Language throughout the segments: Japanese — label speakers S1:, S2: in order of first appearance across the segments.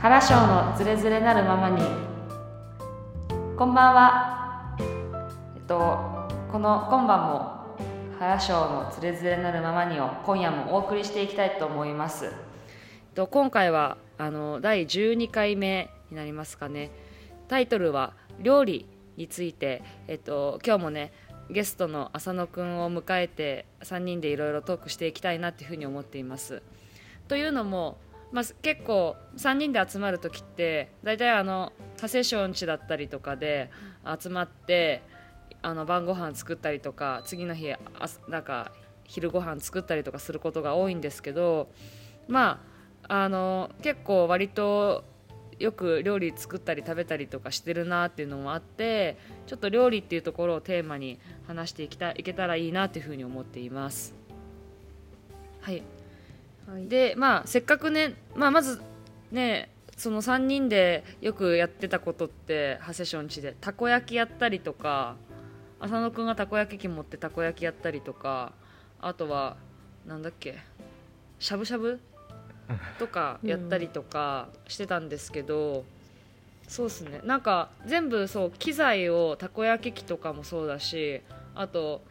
S1: 原章のズレズレなるままにこんばんはえっとこの今晩も原章のズレズレなるままにを今夜もお送りしていきたいと思いますえっと今回はあの第12回目になりますかねタイトルは料理についてえっと今日もねゲストの浅野くんを迎えて3人でいろいろトークしていきたいなっていうふうに思っていますというのも、まあ、結構3人で集まる時って大体あの多セッション地だったりとかで集まってあの晩ご飯作ったりとか次の日あなんか昼ご飯作ったりとかすることが多いんですけどまああの結構割とよく料理作ったり食べたりとかしてるなっていうのもあってちょっと料理っていうところをテーマに話していきたいけたらいいなっていうふうに思っています。はい
S2: はい、
S1: でまあせっかくね、まあ、まずねその3人でよくやってたことってハセションちでたこ焼きやったりとか浅野くんがたこ焼き器持ってたこ焼きやったりとかあとはなんだっけしゃぶしゃぶとかやったりとかしてたんですけど、そうっすねなんか全部そう機材をたこ焼き器とかもそうだしあと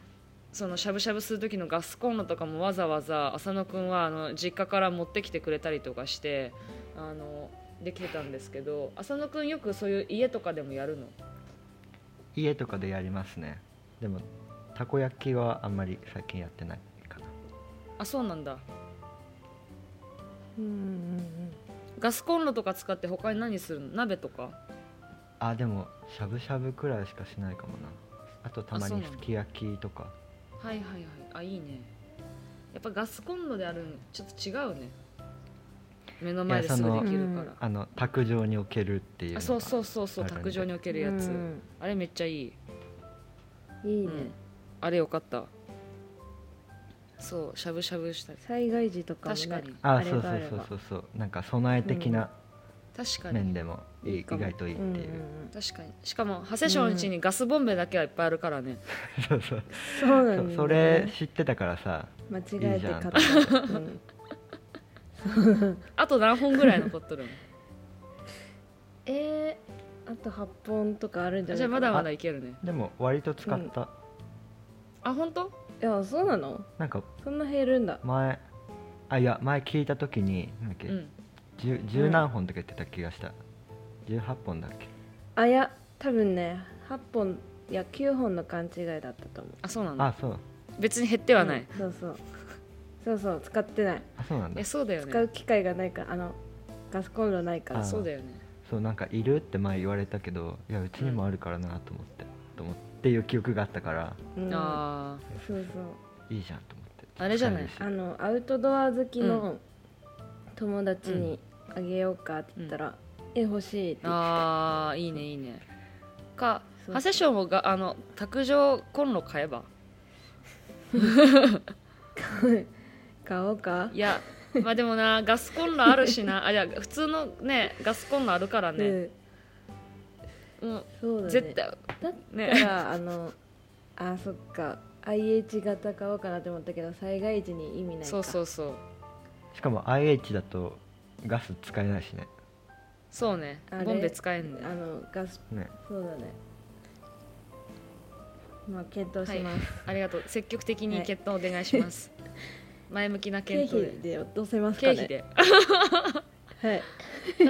S1: そのしゃぶしゃぶする時のガスコンロとかもわざわざ浅野くんはあの実家から持ってきてくれたりとかしてあのできてたんですけど浅野くんよくそういう家とかでもやるの
S3: 家とかでやりますねでもたこ焼きはあんまり最近やってないかな
S1: あそうなんだ
S2: うんうん
S1: ガスコンロとか使って他に何するの鍋とか
S3: あでもしゃぶしゃぶくらいしかしないかもなあとたま
S1: そう
S3: に
S1: なんだ
S3: すき焼きとか
S1: はいはいはいあいいねやっぱガスコンロであるんちょっと違うね目の前ですぐできるから、
S3: あの卓上に置けるっていうの
S1: あ
S3: が
S1: そうそうそうそう
S3: あるんだ
S1: 卓上に置け
S2: う
S1: るやつ、
S2: ん
S1: あれめっちゃいい
S2: うんいいね、
S1: うんあれよかったそうしゃぶしゃぶしたり
S2: 災害時とかも、ね、
S1: 確かに
S3: あ
S2: あれ
S3: そう
S2: が
S3: そ
S2: あ
S3: う
S2: れ
S3: そう
S2: ば
S3: そうそうなんか備え的な
S1: 確か
S3: 面
S1: に
S3: でもいい、
S1: いいか
S3: 意
S1: も
S3: 外といいっ
S2: うん
S3: ていうう、
S2: ん
S1: 確かにしかも長谷省のうちにガスボンベだけはいっぱいあるからね、
S3: そうそう
S2: そうなんだ
S3: そ
S2: よ
S3: う
S2: ね
S3: それ知ってたからさ
S2: 間違えて買った
S3: いい
S2: うん
S1: あと何本ぐらい残っ とるの
S2: えー、あと8本とかあるんじ
S1: あ
S2: ゃ
S1: じゃ
S2: ない
S1: あまだまだいけるね
S3: でも割と使った、
S1: あ本当
S2: いやそうなの
S3: なんか
S2: そんな減るんだ
S3: 前あいや前聞いた時になんだっけ、
S1: うん
S3: 十十何本とか言ってた気がした18本だっけ
S2: あいや多分ね8本いや9本の勘違いだったと思う
S1: あそうなんだ
S3: あそう
S1: 別に減ってはない、
S2: うんそうそうそうそう使ってない
S3: あそうなんだ
S1: えそうだよ
S2: 使う
S1: ね
S2: 機会がないからあのガスコンロないから
S3: あ
S1: そうだよね
S3: そうなんかいるって前言われたけどいやうちにもあるからなと思って、と思っていう記憶があったから
S2: うん
S1: あ
S2: そうそう
S3: いいじゃんと思って
S1: あれじゃない
S3: 使え
S2: あ
S3: るし
S2: のアウトドア好きの友達にあげようかって言ったら「え欲しい」っ
S1: ー
S2: て言って
S1: あーいいねいいねか
S2: そう
S1: 長谷省もがあの卓上コンロ買えば
S2: 買おうか
S1: いやまあでも なガスコンロあるしなあいや普通のねガスコンロあるからね、
S2: うん
S1: も
S2: そうだ
S1: う
S2: ね
S1: 絶対
S2: だっ
S1: ね
S2: たらあのあそっか IH 型買おうかなって思ったけど災害時に意味ないか
S1: そうそううそう
S3: しかも IH だとガス使えないしね
S1: そうね
S2: あれ
S1: ボンベ使えんね
S2: あのガス
S3: ね
S2: そうだねまあ検討します、
S1: ありがとう積極的に検討お願いし ます、前向きな
S2: 経
S1: 検討
S2: 費
S1: で
S2: で落とせますか
S1: 経
S2: ね
S1: 費で
S2: はい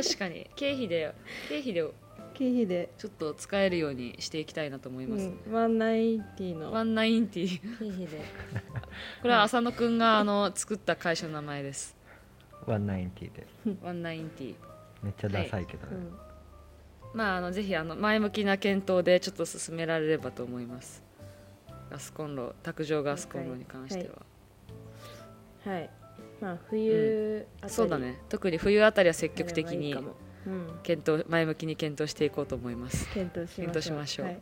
S1: 確かに経費で経費で
S2: 経費で
S1: ちょっと使えるようにしていきたいなと思います、ね
S2: うん、ワンナインティの
S1: ワンナインティー
S2: 経費で
S1: これは浅野くんがあの作った会社の名前です
S3: ワンナインティで
S1: ワンナインティー
S3: めっちゃダサいけど
S2: う
S3: ね、
S2: ん
S1: まああのぜひあの前向きな検討でちょっと進められればと思いますガスコンロ卓上ガスコンロに関しては、
S2: はいまあ冬あたり
S1: そうだね特に冬あたりは積極的
S2: あ
S1: に
S2: ればいいかもうん
S1: 検討前向きに検討していこうと思います
S2: 検討しましょう
S1: 検討しましょう
S2: はい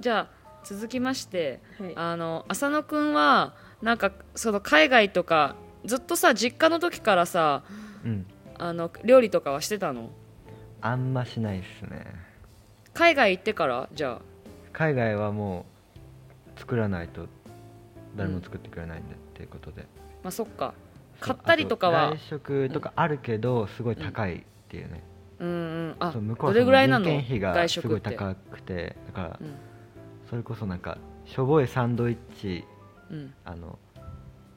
S1: じゃあ続きまして
S2: はい
S1: あの浅野くんはなんかその海外とかずっとさ実家の時からさ
S3: うん
S1: あの料理とかはしてたの
S3: あんましないっすね
S1: 海外行ってからじゃ
S3: 海外はもう作らないと誰も作ってくれないんだっていうことで、
S1: あまあそっか
S3: そ
S1: 買
S3: う
S1: ったりとかは
S3: あ外食とかあるけど、すごい高いってっていうね
S1: うんうんあ
S3: そう向こう
S1: ど
S3: は
S1: れぐらいなの
S3: 人件費
S1: 外
S3: がす
S1: 食
S3: ご
S1: っ
S3: い
S1: て
S3: 高くてだから
S1: うん
S3: それこそなんかしょぼいサンドイッチ
S1: うん
S3: あの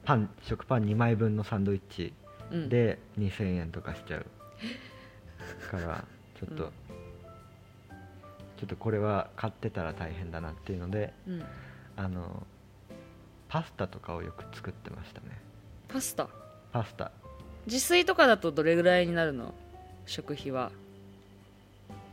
S3: パン食パン2枚分のサンドイッチ
S1: うん
S3: で2000円とかしちゃうからちょっと、
S1: うん
S3: ちょっとこれは買ってたら大変だなっていうので
S1: うん
S3: あのパスタとかをよく作ってましたね
S1: パスタ
S3: パスタ
S1: 自炊とかだとどれぐらいになるの食費は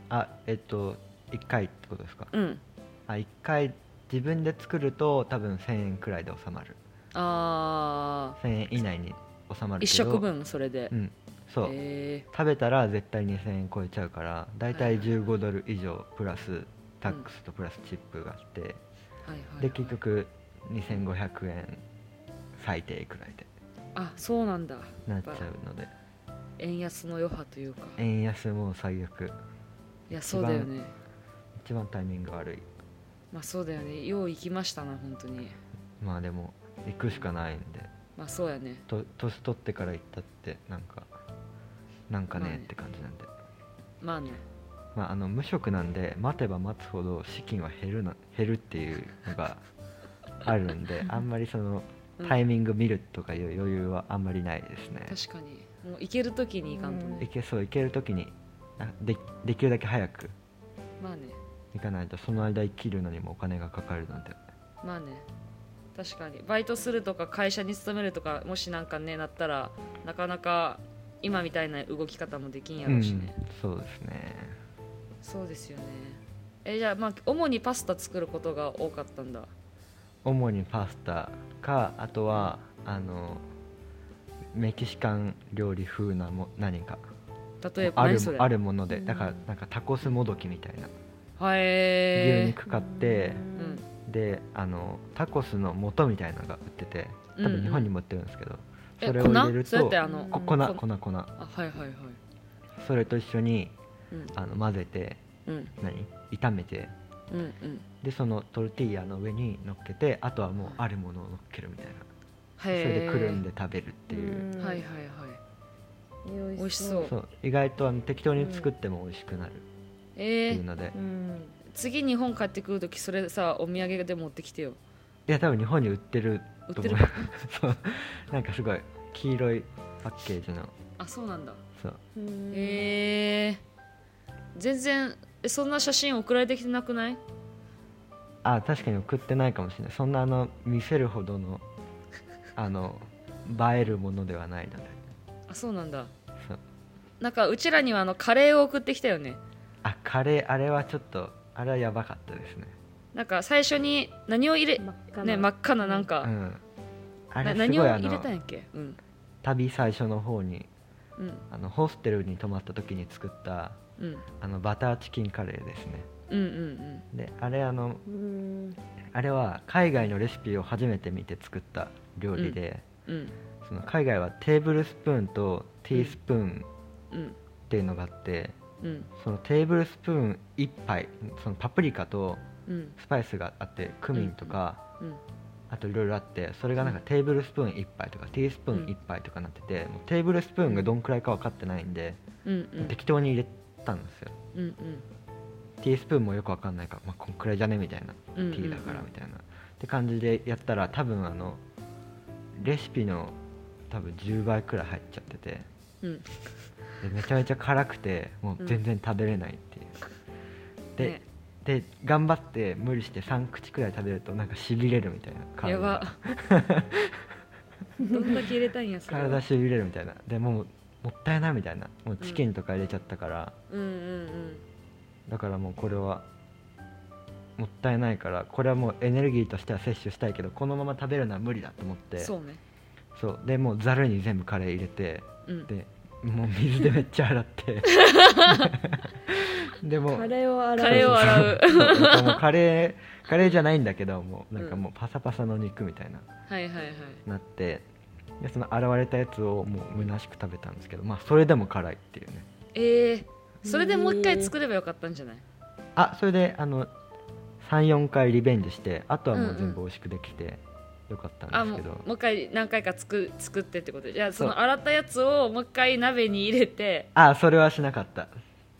S3: あえっと1回ってことですか
S1: うん
S3: あ1回自分で作ると多分1000円くらいで収まる
S1: あ
S3: 1000円以内に収まるけど
S1: 1食分それで、
S3: うんそう、
S1: え
S3: 食べたら絶対2000円超えちゃうからだいたい
S1: はいはい
S3: 15ドル以上プラスタックスとプラスチップがあって、
S1: ーはいはいはい
S3: で結局2500円最低くらいで
S1: あそうなんだ
S3: なっちゃうので
S1: 円安の余波というかい
S3: 円安も最悪
S1: やそうだよね
S3: 一番タイミング悪い
S1: まあそうだよねよう行きましたな本当に
S3: まあでも行くしかないんで
S1: まあそうやね
S3: と年取ってから行ったってなんかなんか
S1: まあ
S3: ね
S1: ね
S3: って感じなんで、
S1: まあね
S3: まあ、あの無職なんで待てば待つほど資金は減るな減るっていうのがあるんであんまりその
S1: うん
S3: タイミング見るとかいう余裕はあんまりないですね、
S1: 確かにもう行ける時に行かんと
S3: い
S1: ね、
S3: けそう行ける時にあでできるだけ早く
S1: まあね
S3: 行かないとその間生きるのにもお金がかかるので
S1: まあね確かにバイトするとか会社に勤めるとかもしなんかねなったらなかなか今みたいな動き方もできんやろうしね、
S3: うん、そうですね
S1: そうですよねえじゃあまあ主にパスタ作ることが多かったんだ
S3: 主にパスタかあとはあのメキシカン料理風なも何か
S1: 例えば
S3: ある
S1: 何それ
S3: あるもので
S2: うん
S3: だからなんかタコスもどきみたいな、
S1: は
S3: 牛
S1: え
S3: 肉買って
S2: う、
S1: ー、うん
S2: ん
S3: であのタコスの素みたいなのが売ってて
S1: う
S3: 多
S1: んう
S3: 分
S1: ん
S3: 日本にも売ってるんですけど、
S1: え
S3: それを入れる
S1: 粉それっ
S3: と
S1: てあの
S3: こ
S2: こ
S3: 粉
S1: こ
S3: 粉粉
S1: あはいはいはい
S3: それと一緒に
S1: うん
S3: あの混ぜて
S1: うん
S3: 何炒めて
S1: うんうん
S3: でそのトルティーヤの上に乗っけてあとはもうあるものを乗っけるみたいな、
S1: それ
S3: それでくるんで食べるっていう、
S2: ん
S1: はいはいはい
S2: 美
S1: 美味しそう
S3: そう意外とあの適当に作っても美味しくなるって
S1: え
S3: いう
S1: ー、
S3: ので、
S2: う
S3: い
S2: ん
S1: 次日本帰ってくるときそれさお土産で持ってきてよ
S3: や多分日本に売ってる
S1: 売っ
S3: と
S1: て
S3: 思
S1: る
S3: う そうなんかすごい黄色いパッケージの
S1: あそうなんだ
S3: そう
S2: うん
S1: えー、全然えそんな写真送られてきてなくない
S3: あ確かに送ってないかもしれないそんなあの見せるほどのあの映えるものではないので
S1: あそうなんだ
S3: そう
S1: なんかうちらにはあのカレーを送ってきたよね
S3: あカレーあれはちょっとあれはやばかったですね
S1: なんか最初に何を入れ
S2: 真っ赤な
S1: ね真っ赤ななんか、
S3: うんあ
S1: な
S3: れす
S1: 何を
S3: ごいあ
S1: 入れたん
S3: の
S1: やっけうん
S3: 旅最初の方に
S1: うん
S3: あのホステルに泊まった時に作った
S1: うん
S3: あのバターチキンカレーですね
S1: うんうん
S3: であれあの
S2: うん
S3: あれは海外のレシピを初めて見て作った料理で、
S1: うんうん
S3: その海外はテーブルスプーンとティースプーン
S1: うん
S3: っていうのがあって、
S1: うん
S3: そのテーブルスプーン1杯そのパプリカと
S1: うん
S3: スパイスがあってクミンとか、
S1: うん
S3: あといろいろあってそれがなんかテーブルスプーン1杯とかティースプーン1杯とかなってて、もうテーブルスプーンがどんくらいか分かってないんで、
S1: うんうん
S3: 適当に入れたんですよ
S1: うん
S3: ティースプーンもよく分かんないから、まあ、こんくらいじゃねみたいな
S1: うんうん
S3: ティーだからみたいな、って感じでやったら多分あのレシピの多分10倍くらい入っちゃってて
S1: うん
S3: でめちゃめちゃ辛くてもう全然食べれないっていう、で、
S1: ね
S3: で頑張って無理して3口くらい食べるとなんかしびれるみたいな体
S1: や
S3: が
S1: ばどんだけ入れたんやそれは
S3: 体しびれるみたいなでもうもったいないみたいなもうチキンとか入れちゃったから、
S1: うんうん
S3: だからもうこれはもったいないからこれはもうエネルギーとしては摂取したいけどこのまま食べるのは無理だと思っ
S1: う
S3: て
S1: んそうね
S3: そうでもうざるに全部カレー入れて
S1: うん
S3: でもう水でめっちゃ洗って でもう
S2: カレーを洗う
S1: カレーを洗う
S3: そうそうそうなんかもうカレーカレーじゃないんだけどもうなんかもうパサパサの肉みたいな
S1: はいはいはい
S3: なってでその洗われたやつをもう虚しく食べたんですけどまあそれでも辛いっていうね
S1: ええそれでもう一回作ればよかったんじゃない
S3: あそれであの34回リベンジしてあとはもう全部美味しくできて、良かった
S1: あ
S3: んで
S1: も
S3: す
S1: う
S3: けど
S1: もう一回何回か作作ってってことじゃあそ
S3: そ
S1: の
S3: う
S1: 洗ったやつをもう一回鍋に入れて
S3: あそれはしなかった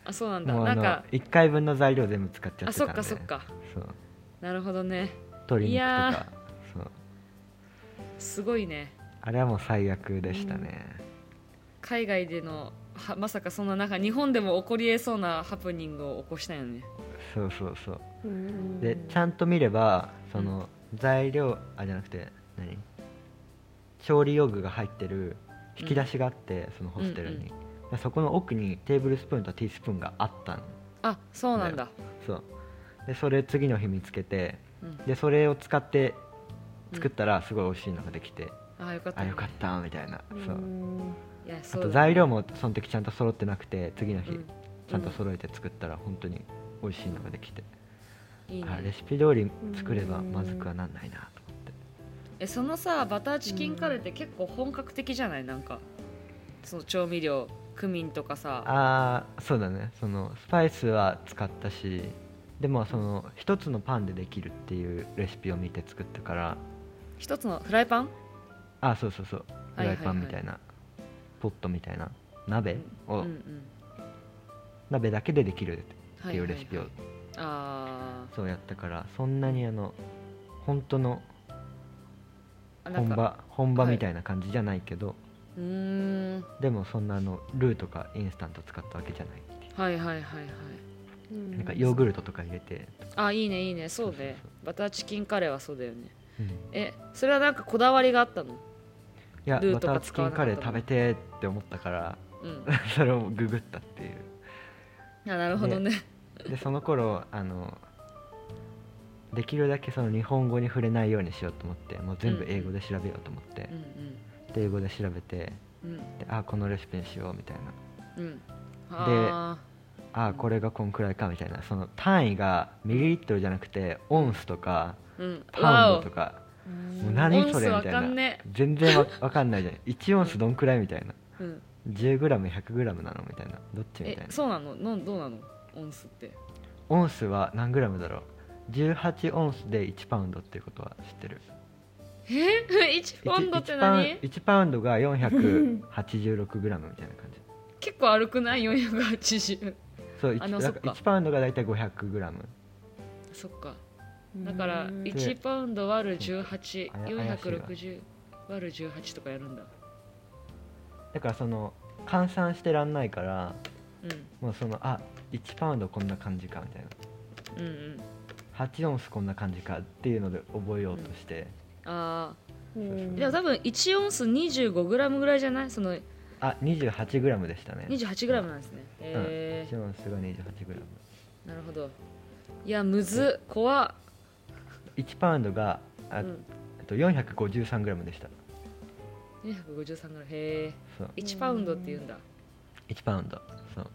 S1: あそうなんだ
S3: もう
S1: な
S3: あ
S1: ん
S3: の
S1: か
S3: 1回分の材料全部使っちゃ
S1: あ
S3: って
S1: そ
S3: たん
S1: っ
S3: で
S1: かそっか
S3: そう
S1: なるほどねい
S3: 鶏肉と
S1: やー
S3: かそう
S1: すごいね
S3: あれはもう最悪でしたね、
S1: 海外でのはまさかそんななんか日本でも起こりえそうなハプニングを起こしたよね
S3: そうそうそう
S2: うん
S3: でちゃんと見ればその材料あじゃなくて何調理用具が入ってる引き出しがあって、そのホステルに、
S1: うん
S3: でそこの奥にテーブルスプーンとティースプーンがあったの
S1: あそうなんだ
S3: そうでそれ次の日見つけて、
S1: うん
S3: でそれを使って作ったらすごい美味しいのができて、
S1: あよかった
S3: あ
S1: ね
S3: よかったみたいな、そううん
S1: いや
S3: あ
S1: そうだ
S3: と
S1: ね
S3: 材料もその時ちゃんと揃ってなくて次の日、
S1: うん
S3: ちゃんと揃えて作ったら本当に美味しいのができて、
S1: いい
S3: あレ
S1: ね
S3: シピ通り作ればまずくはなんないなと思って
S1: えそのさバターチキンカレーって結構本格的じゃないなんかその調味料クミンとかさ
S3: ああそうだねそのスパイスは使ったしでもその一つのパンでできるっていうレシピを見て作ったから
S1: 一つのフライパン
S3: あそうそうそうフ
S1: はいはい
S3: ライパンみたいな、ポットみたいな鍋を、
S1: うんうん
S3: 鍋だけでできるっ
S1: は
S3: て
S1: い
S3: い
S1: はいは
S3: うレ
S1: い
S3: シピを
S1: あー
S3: そうやったからそんなにあの本当の
S1: あなん
S3: 本
S1: か
S3: 場本場
S1: はい
S3: みたいな感じじゃないけど、
S1: うーん
S3: でもそんなあのルーとかインスタント使ったわけじゃない
S1: はいはいはいはい
S3: なんかヨーグルトとか入れて、
S1: あいいねいいねそう
S3: そうそう
S1: ね
S3: そう
S1: バターチキンカレーはそうだよね
S3: うんい
S1: えそれはなんかこだわりがあったの
S3: や
S1: ルー
S3: バ
S1: と
S3: タ
S1: か
S3: ーチキンカレー食べてって思ったから
S1: うん
S3: それをググったっていう
S1: あなるほどね
S3: でその頃あのできるだけその日本語に触れないようにしようと思ってもう全部英語で調べようと思って、
S1: うん
S3: で英語で調べて
S1: うんうん
S3: であこのレシピにしようみたいな
S1: うんあ
S3: あこれがこんくらいかみたいなその単位がミリリットルじゃなくてオンスとか
S1: ーうん
S3: パウンドと
S1: わ
S3: か
S2: うん
S3: もう何それ
S1: オンス
S3: みたい
S1: わか
S3: な
S1: んね
S3: 全然わわかんないじゃない1オンスどんくらいみたいな
S1: おうん
S3: 10g100g なのみたいなどっちみた
S1: え
S3: いな
S1: そうなののどうなのオンス って
S3: オンスは何 g だろう18オンスで1パウンドっていうことは知ってる
S1: え1ポンドって何
S3: 1, パウンドが 486g みたいな感 じ
S1: 結構歩くない480
S3: そう
S1: あの
S3: 1,
S1: そっ
S3: なん
S1: か
S3: か1パウンドが大体 500g
S1: そっかだから
S2: うん
S1: 1パウンド割る
S3: あや怪しいわ
S1: 18460割る18とかやるんだ
S3: だからその換算してらんないから
S1: う
S3: もうそのあ1パウンドこんな感じかみたいな
S1: う
S3: ん
S1: んうん
S3: 8オンスこんな感じかっていうので覚えようとして、
S1: あ
S2: う
S1: ー
S2: ん
S1: でも多分1オンス 25g ぐらいじゃないその
S3: あ28グラムでしたね
S1: 28g なんですねへえ
S3: 1オンスが28グラム
S1: なるほどいやむずっ怖っ
S3: 1パウンドがあ、
S1: うん
S3: えっと453グラムでした
S1: 253ぐらいへ
S3: そう
S1: え1パウンドって言うんだ
S3: 1パウンドそう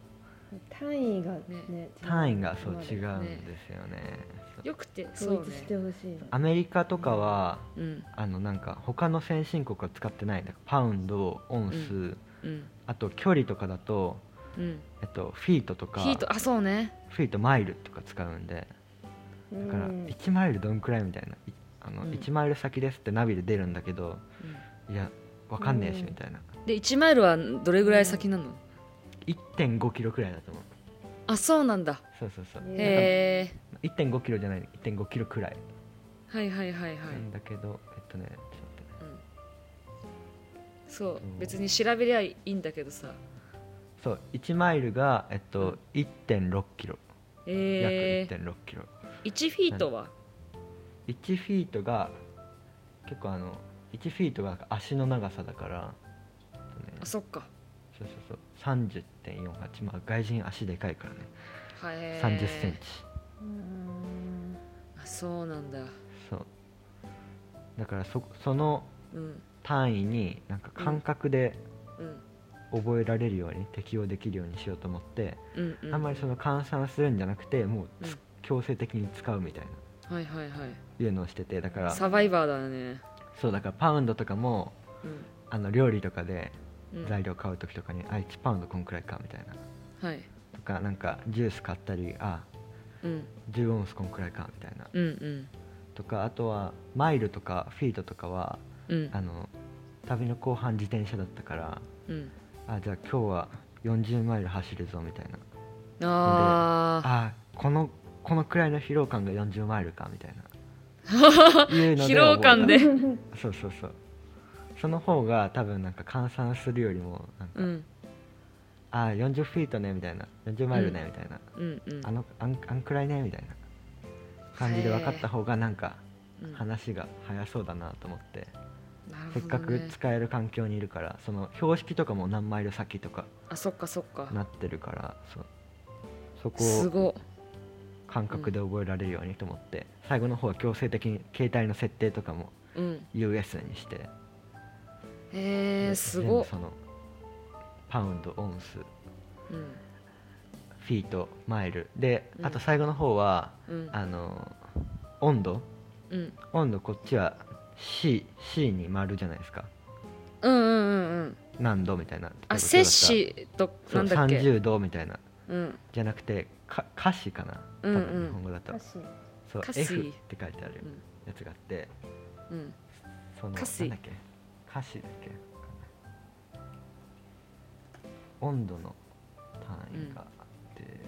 S2: 単位がね
S3: 単位がそう
S2: 違
S3: 違
S2: う
S3: うんですよねそう
S1: よくてそ
S2: 統
S1: う
S2: 一して
S1: ね
S2: ほしい
S3: アメリカとかは
S1: うん
S3: あのなんか他の先進国は使ってないなんかパウンドオンス、
S1: ううん
S3: あと距離とかだと、
S1: うん
S3: えっと、フィートとか
S1: ヒートあそうね
S3: フィートマイルとか使うんでだから
S2: うん
S3: 1マイルどんくらいみたいないあの、
S1: うん
S3: 1マイル先ですってナビで出るんだけど
S1: う
S3: いやわかんねえし
S2: うん
S3: みたいな
S1: で1マイルはどれぐらい先なの
S3: 1 5キロくらいだと思う
S1: あそうなんだ
S3: そうそうそう
S2: へ
S1: へえ
S3: 1 5キロじゃない1 5キロくらい
S1: はいはいはいはい
S3: なんだけど、えっとねちょっと待ってね
S1: そう
S3: うん
S1: 別に調べりゃいいんだけどさ
S3: そう1マイルがえっ
S1: う
S3: と1 6キロ約
S1: え
S3: 1
S1: え
S3: 6キロ
S1: 1フィートは
S3: 1フィートが結構あの1フィートが足の長さだから、えっとね
S1: あそっか
S3: そうそうそう30.48まあ外人足でかいからね
S1: はえ
S3: 3 0センチ
S2: うん
S1: あそうなんだ
S3: そうだからそその
S1: うん
S3: 単位になんか感覚で
S1: うん
S3: 覚えられるように、適応できるようにしようと思って、
S1: うんうん
S3: あんまりその換算するんじゃなくてもうつ、
S1: うん
S3: 強制的に使うみたいな
S1: はいはいはい
S3: いうのをしててだから
S1: サバイバーだね
S3: そうだからパウンドとかも
S1: うん
S3: あの料理とかで
S1: うん
S3: 材料買う時とかに、あ1パウンドこんくらいかみたいな
S1: はい
S3: とかなんかジュース買ったりあ
S1: うん
S3: 10オンスこんくらいかみたいな
S1: うんうん
S3: とかあとはマイルとかフィートとかは
S1: うん
S3: あの旅の後半自転車だったから
S1: うん
S3: あじゃあ今日は40マイル走るぞみたいな
S1: あ
S3: あこのこのくらいの疲労感が40マイルかみ たいないうの
S1: 疲労感で
S3: 覚えた そうそうそうその方が多分なんか換算するよりもなんか、
S1: うん
S3: あ40フィートねみたいな40マイルねみたいな、
S1: うんうん
S3: あのあんあんくらいねみたいな感じで分かった方がなんか
S1: うん
S3: 話が早そうだなと思って、
S1: なるほどね
S3: せっかく使える環境にいるからその標識とかも何マイル先とか
S1: あそっかそっか
S3: なってるからそうそこ
S1: す
S3: を
S1: ごっ
S3: 感覚で覚えられるようにと思って、最後の方は強制的に携帯の設定とかも
S1: うん、
S3: US にして、
S1: へえ
S3: です
S1: ご
S3: 全
S1: っ
S3: 部、そのパウンドオンス
S1: うん
S3: フィートマイルで、
S1: うん
S3: あと最後の方は
S1: うん
S3: あの温度
S1: うん、
S3: 温度こっちは C, C に丸じゃないですか
S1: うんうんうんうん
S3: 何度みたいな
S1: あ摂氏と
S3: そ
S1: な
S3: うん
S1: だっけ
S3: 30度みたいな
S1: うん
S3: じゃなくてか歌詞かな多
S1: うんうん
S3: 分日本語だと、
S2: 歌詞
S3: そう
S1: 歌詞
S3: F って書いてある
S1: うん
S3: やつがあって、
S1: うん
S3: その
S1: 歌詞
S3: なんだっけ歌詞だっけ温度の単位があって、ね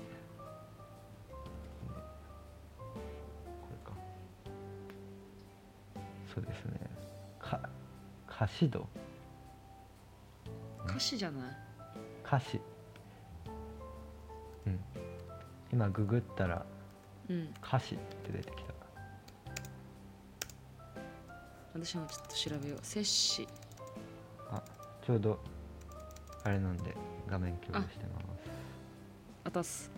S3: これかそうですねか歌詞度
S1: 歌詞じゃない
S3: 歌詞うん今ググったら
S1: うん
S3: 歌詞って出てきた
S1: 私もちょっと調べよう摂氏
S3: ちょうどあれなんで画面共有してま
S1: あたす
S3: す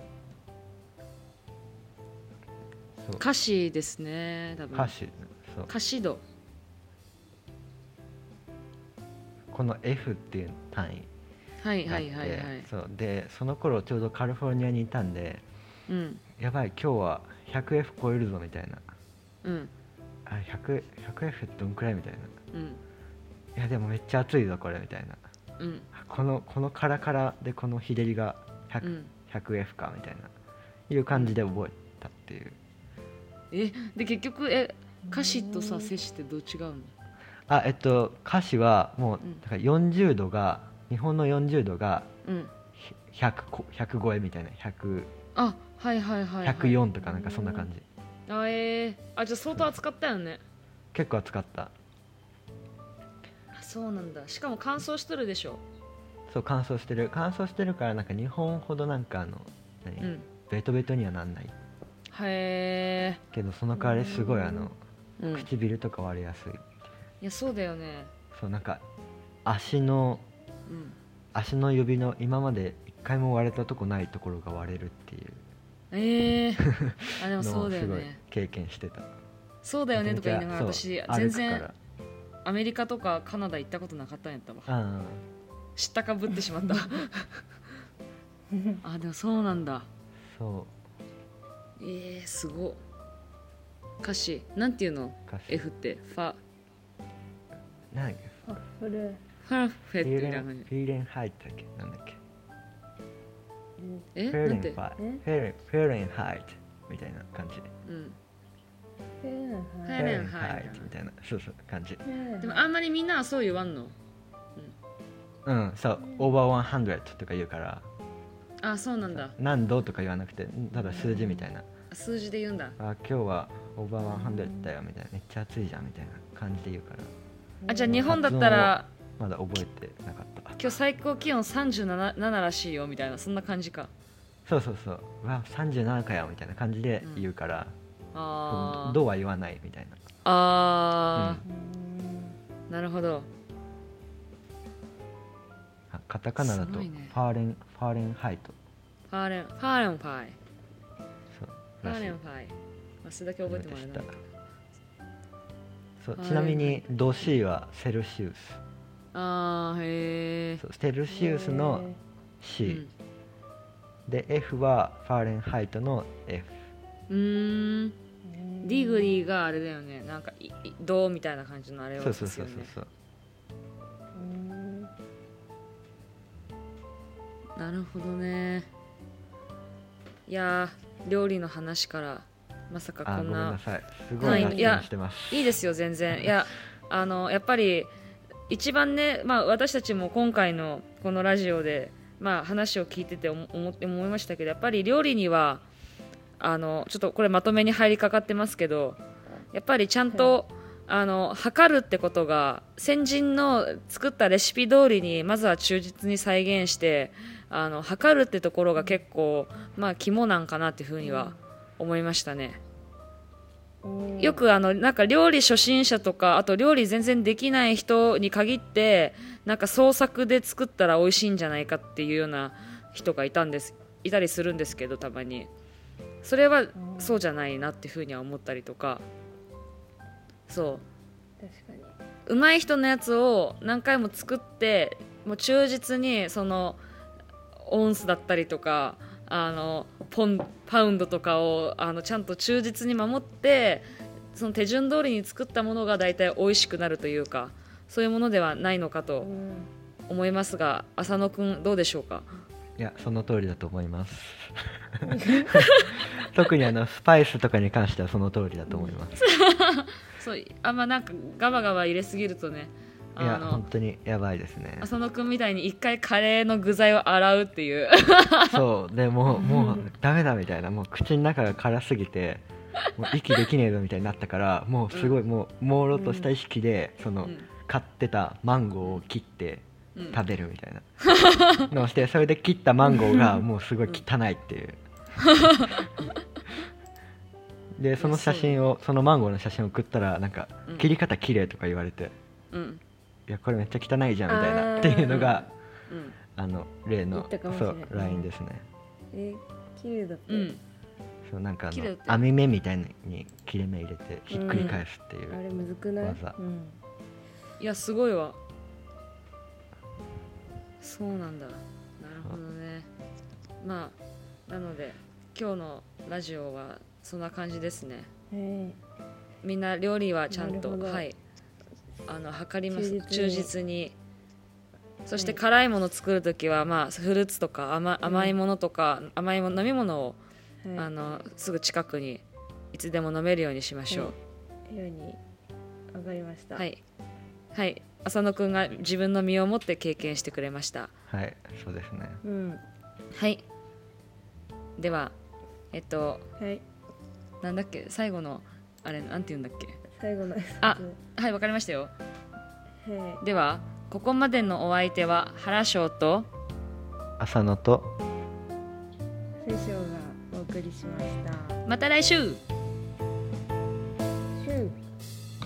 S3: そう
S1: 歌詞ですね多分
S3: 歌詞そう
S1: 歌詞度
S3: この F っていう単位
S1: はい
S3: が
S1: は
S3: あって、
S1: いはいはい
S3: そうでその頃ちょうどカリフォルニアにいたんで
S1: うん
S3: やばい今日は 100F 超えるぞみたいな
S1: うん
S3: あ 100F どんくらいみたいな
S1: うん
S3: いやでもめっちゃ暑いぞこれみたいな
S1: うん
S3: あこのこのカラカラでこの日照りが
S1: う
S3: 100F、
S1: ん
S3: 100F かみたいないう感じで覚えたっていう
S1: えで結局え歌詞とさ摂氏ってどう違うの
S3: あえっと歌詞はもう
S1: うん
S3: だから40度が日本の40度が
S1: うん
S3: ひ100こ100超えみたいな100
S1: あはいはいはい、はい、
S3: 104とかなんかそんな感じ
S1: あえー、あじゃあ相当扱ったよね
S3: 結構暑かった
S1: あそうなんだしかも乾燥しとるでしょ
S3: そう乾燥してる乾燥してるからなんか日本ほどなんかあの何、
S1: うん
S3: ベトベトにはなんない
S1: へえ、
S3: けどその代わりすごいあの
S1: うん、い
S3: 唇とか割れやすい
S1: やそうだよね
S3: そうなんか足の
S1: うん
S3: 足の指の今まで一回も割れたとこないところが割れるっていう
S1: えー、 あでも
S3: の
S1: そ
S3: を
S1: うだ
S3: す
S1: よ
S3: ごい
S1: ね
S3: 経験してた
S1: そうだよねとか言いながら
S3: め
S1: 私
S3: ちゃめちゃそう
S1: 全然
S3: 歩くか
S1: アメリカとかカナダ行ったことなかったんやったわ
S3: らうん
S1: 知ったかぶってし まったあでもそうなんだ
S3: そ
S1: えー、すごっ歌詞なんていうの
S3: う歌詞
S1: F ってファ
S3: なんだっけ
S2: あフル
S1: ファフェ
S3: フィ
S1: っ
S3: ー
S1: て
S3: レ
S1: な
S3: ン
S1: ん
S3: フ
S1: か
S3: ィーレンハイトだっけなんだっけ
S1: え
S3: フィー
S1: な
S3: レ
S1: ん
S3: ン
S1: て
S3: ハイト
S2: え
S3: フィーレンフィーレンハイトみたいな感じ
S1: うん
S2: フェル
S1: フ
S2: ハ
S1: ェ
S3: フィーレ
S1: フェーレ
S3: ン
S1: ンハ
S3: ハ
S1: イ
S3: イ
S1: ト
S3: トみたいなそうそう感じ
S2: イ
S1: でもあんまりみんなはそう言わんの
S3: うんそうオーバー100とか言うから
S1: あそうなんだ
S3: 何度とか言わなくてただ数字みたいな
S1: 数字で言うんだ
S3: あ今日はオーバー100だよみたいなめっちゃ暑いじゃんみたいな感じで言うから
S1: あじゃあ日本だったら
S3: まだ覚えてなかった
S1: 今日最高気温37らしいよみたいなそんな感じか
S3: そうそうそううわ37かよみたいな感じで言うから、
S1: あ
S3: ど
S1: ー
S3: うは言わないみたいな
S1: あ
S3: う
S2: うーん
S1: ー、なるほど
S3: あカタカナだ
S1: す
S3: と
S1: ご
S3: フ
S1: いね
S3: ァーレン、ファーレンハイト
S1: ファーレンファーレンファイ
S3: そう
S1: ファーレン
S3: らしい
S1: ファイまあそれだけ覚えてもらえた
S3: 初めて知ったそう
S1: ファーレン
S3: ちなみにド C はセルシウ
S1: あーへえ
S3: スそうセルシウスの C、で F はファーレンハイトの F
S1: うんうーん
S2: へー
S1: ディグリーがあれだよねなんかいいどうみたいな感じのあれを
S3: そう
S1: で
S3: そう
S1: す
S3: そ
S1: よ
S3: うそう
S1: ね
S3: そう
S2: うーん
S1: なるほどねいやー料理の話からまさか
S3: あ
S1: こ
S3: ご
S1: ん
S3: めん
S1: な
S3: なさいすご
S1: はいい
S3: 脱
S1: いや
S3: 線してます
S1: いいですよ全然いやあのやっぱり一番ね、まあ、私たちも今回のこのラジオで、まあ、話を聞いてて思思思いましたけどやっぱり料理にはあのちょっとこれまとめに入りかかってますけどやっぱりちゃんと、あの測るってことが先人の作ったレシピ通りにまずは忠実に再現してあの測るってところが結構、まあ、肝なんかなっていうふうには思いましたね。よくあのなんか料理初心者とかあと料理全然できない人に限ってなんか創作で作ったら美味しいんじゃないかっていうような人がいたんですいたりするんですけどたまにそれはそうじゃないなっていうふうには思ったりとかそう
S2: 確かに
S1: うまい人のやつを何回も作ってもう忠実にそのオンスだったりとかあのポンパウンドとかをあのちゃんと忠実に守ってその手順通りに作ったものが大体美味しくなるというかそういうものではないのかと思いますが浅野くんどうでしょうか
S3: いやその通りだと思 います特にあのスパイスとかに関してはその通りだと思います、
S1: そうあんまなんかガバガバ入れすぎるとねあ
S3: いや
S1: の
S3: 本当にやばいですね
S1: 浅野くんみたいに一回カレーの具材を洗うっていう
S3: そうでもうもうダメだみたいなもう口の中が辛すぎてもう息できねえぞみたいになったからもうすごいもう朦朧とした意識でその
S1: うん
S3: 買ってたマンゴーを切って
S1: うん
S3: 食べるみたいなのをしてそれで切ったマンゴーがもうすごい汚いっていう。でその写真をそのマンゴーの写真を送ったらなんか
S1: うん
S3: 切り方綺麗とか言われて
S1: うん
S3: いやこれめっちゃ汚いじゃんみた
S2: あ
S3: い
S2: ー
S3: なっていうのが
S1: うん
S3: あの例
S2: 言
S3: の
S2: ったかもし
S3: そ
S2: れないう
S3: ラインですね。
S2: え綺麗だって、
S1: うん
S3: そうなんかあ
S1: 切るって
S3: の網目みたいに切れ目入れてひっくり返すっていう、
S2: あれむずくない
S3: 技
S2: うん、
S1: いやすごいわそうなんだなるほどねまあなので今日のラジオはそんな感じですね
S2: え
S1: みんな料理はちゃんと
S2: なるほど
S1: はいあの測ります
S2: 忠実
S1: 忠実に
S2: に
S1: そして
S2: はい
S1: 辛いもの作る時は、まあ、フルーツとか甘甘いものとか、甘いもの飲み物を、
S2: えはい、
S1: あのすぐ近くにいつでも飲めるようにしましょう、
S2: はいようにわかりました
S1: はい、はい、浅野くんが自分の身をもって経験してくれました。
S3: はいそうですね
S2: うんは
S1: はい。では、えっと、
S2: い
S1: なんだっけ、最後の、あれ、なんて言うんだっけ。
S2: 最後のやつ
S1: あはい、わかりましたよ。
S2: は
S1: では、ここまでのお相手は原翔と。
S3: 朝野と
S2: い水晶がお送りしました
S1: また来週。
S2: シュ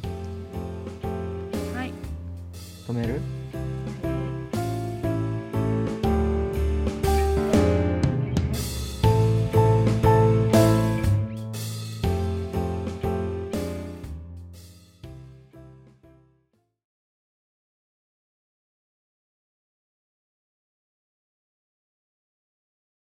S2: ー
S1: はい。
S3: 止める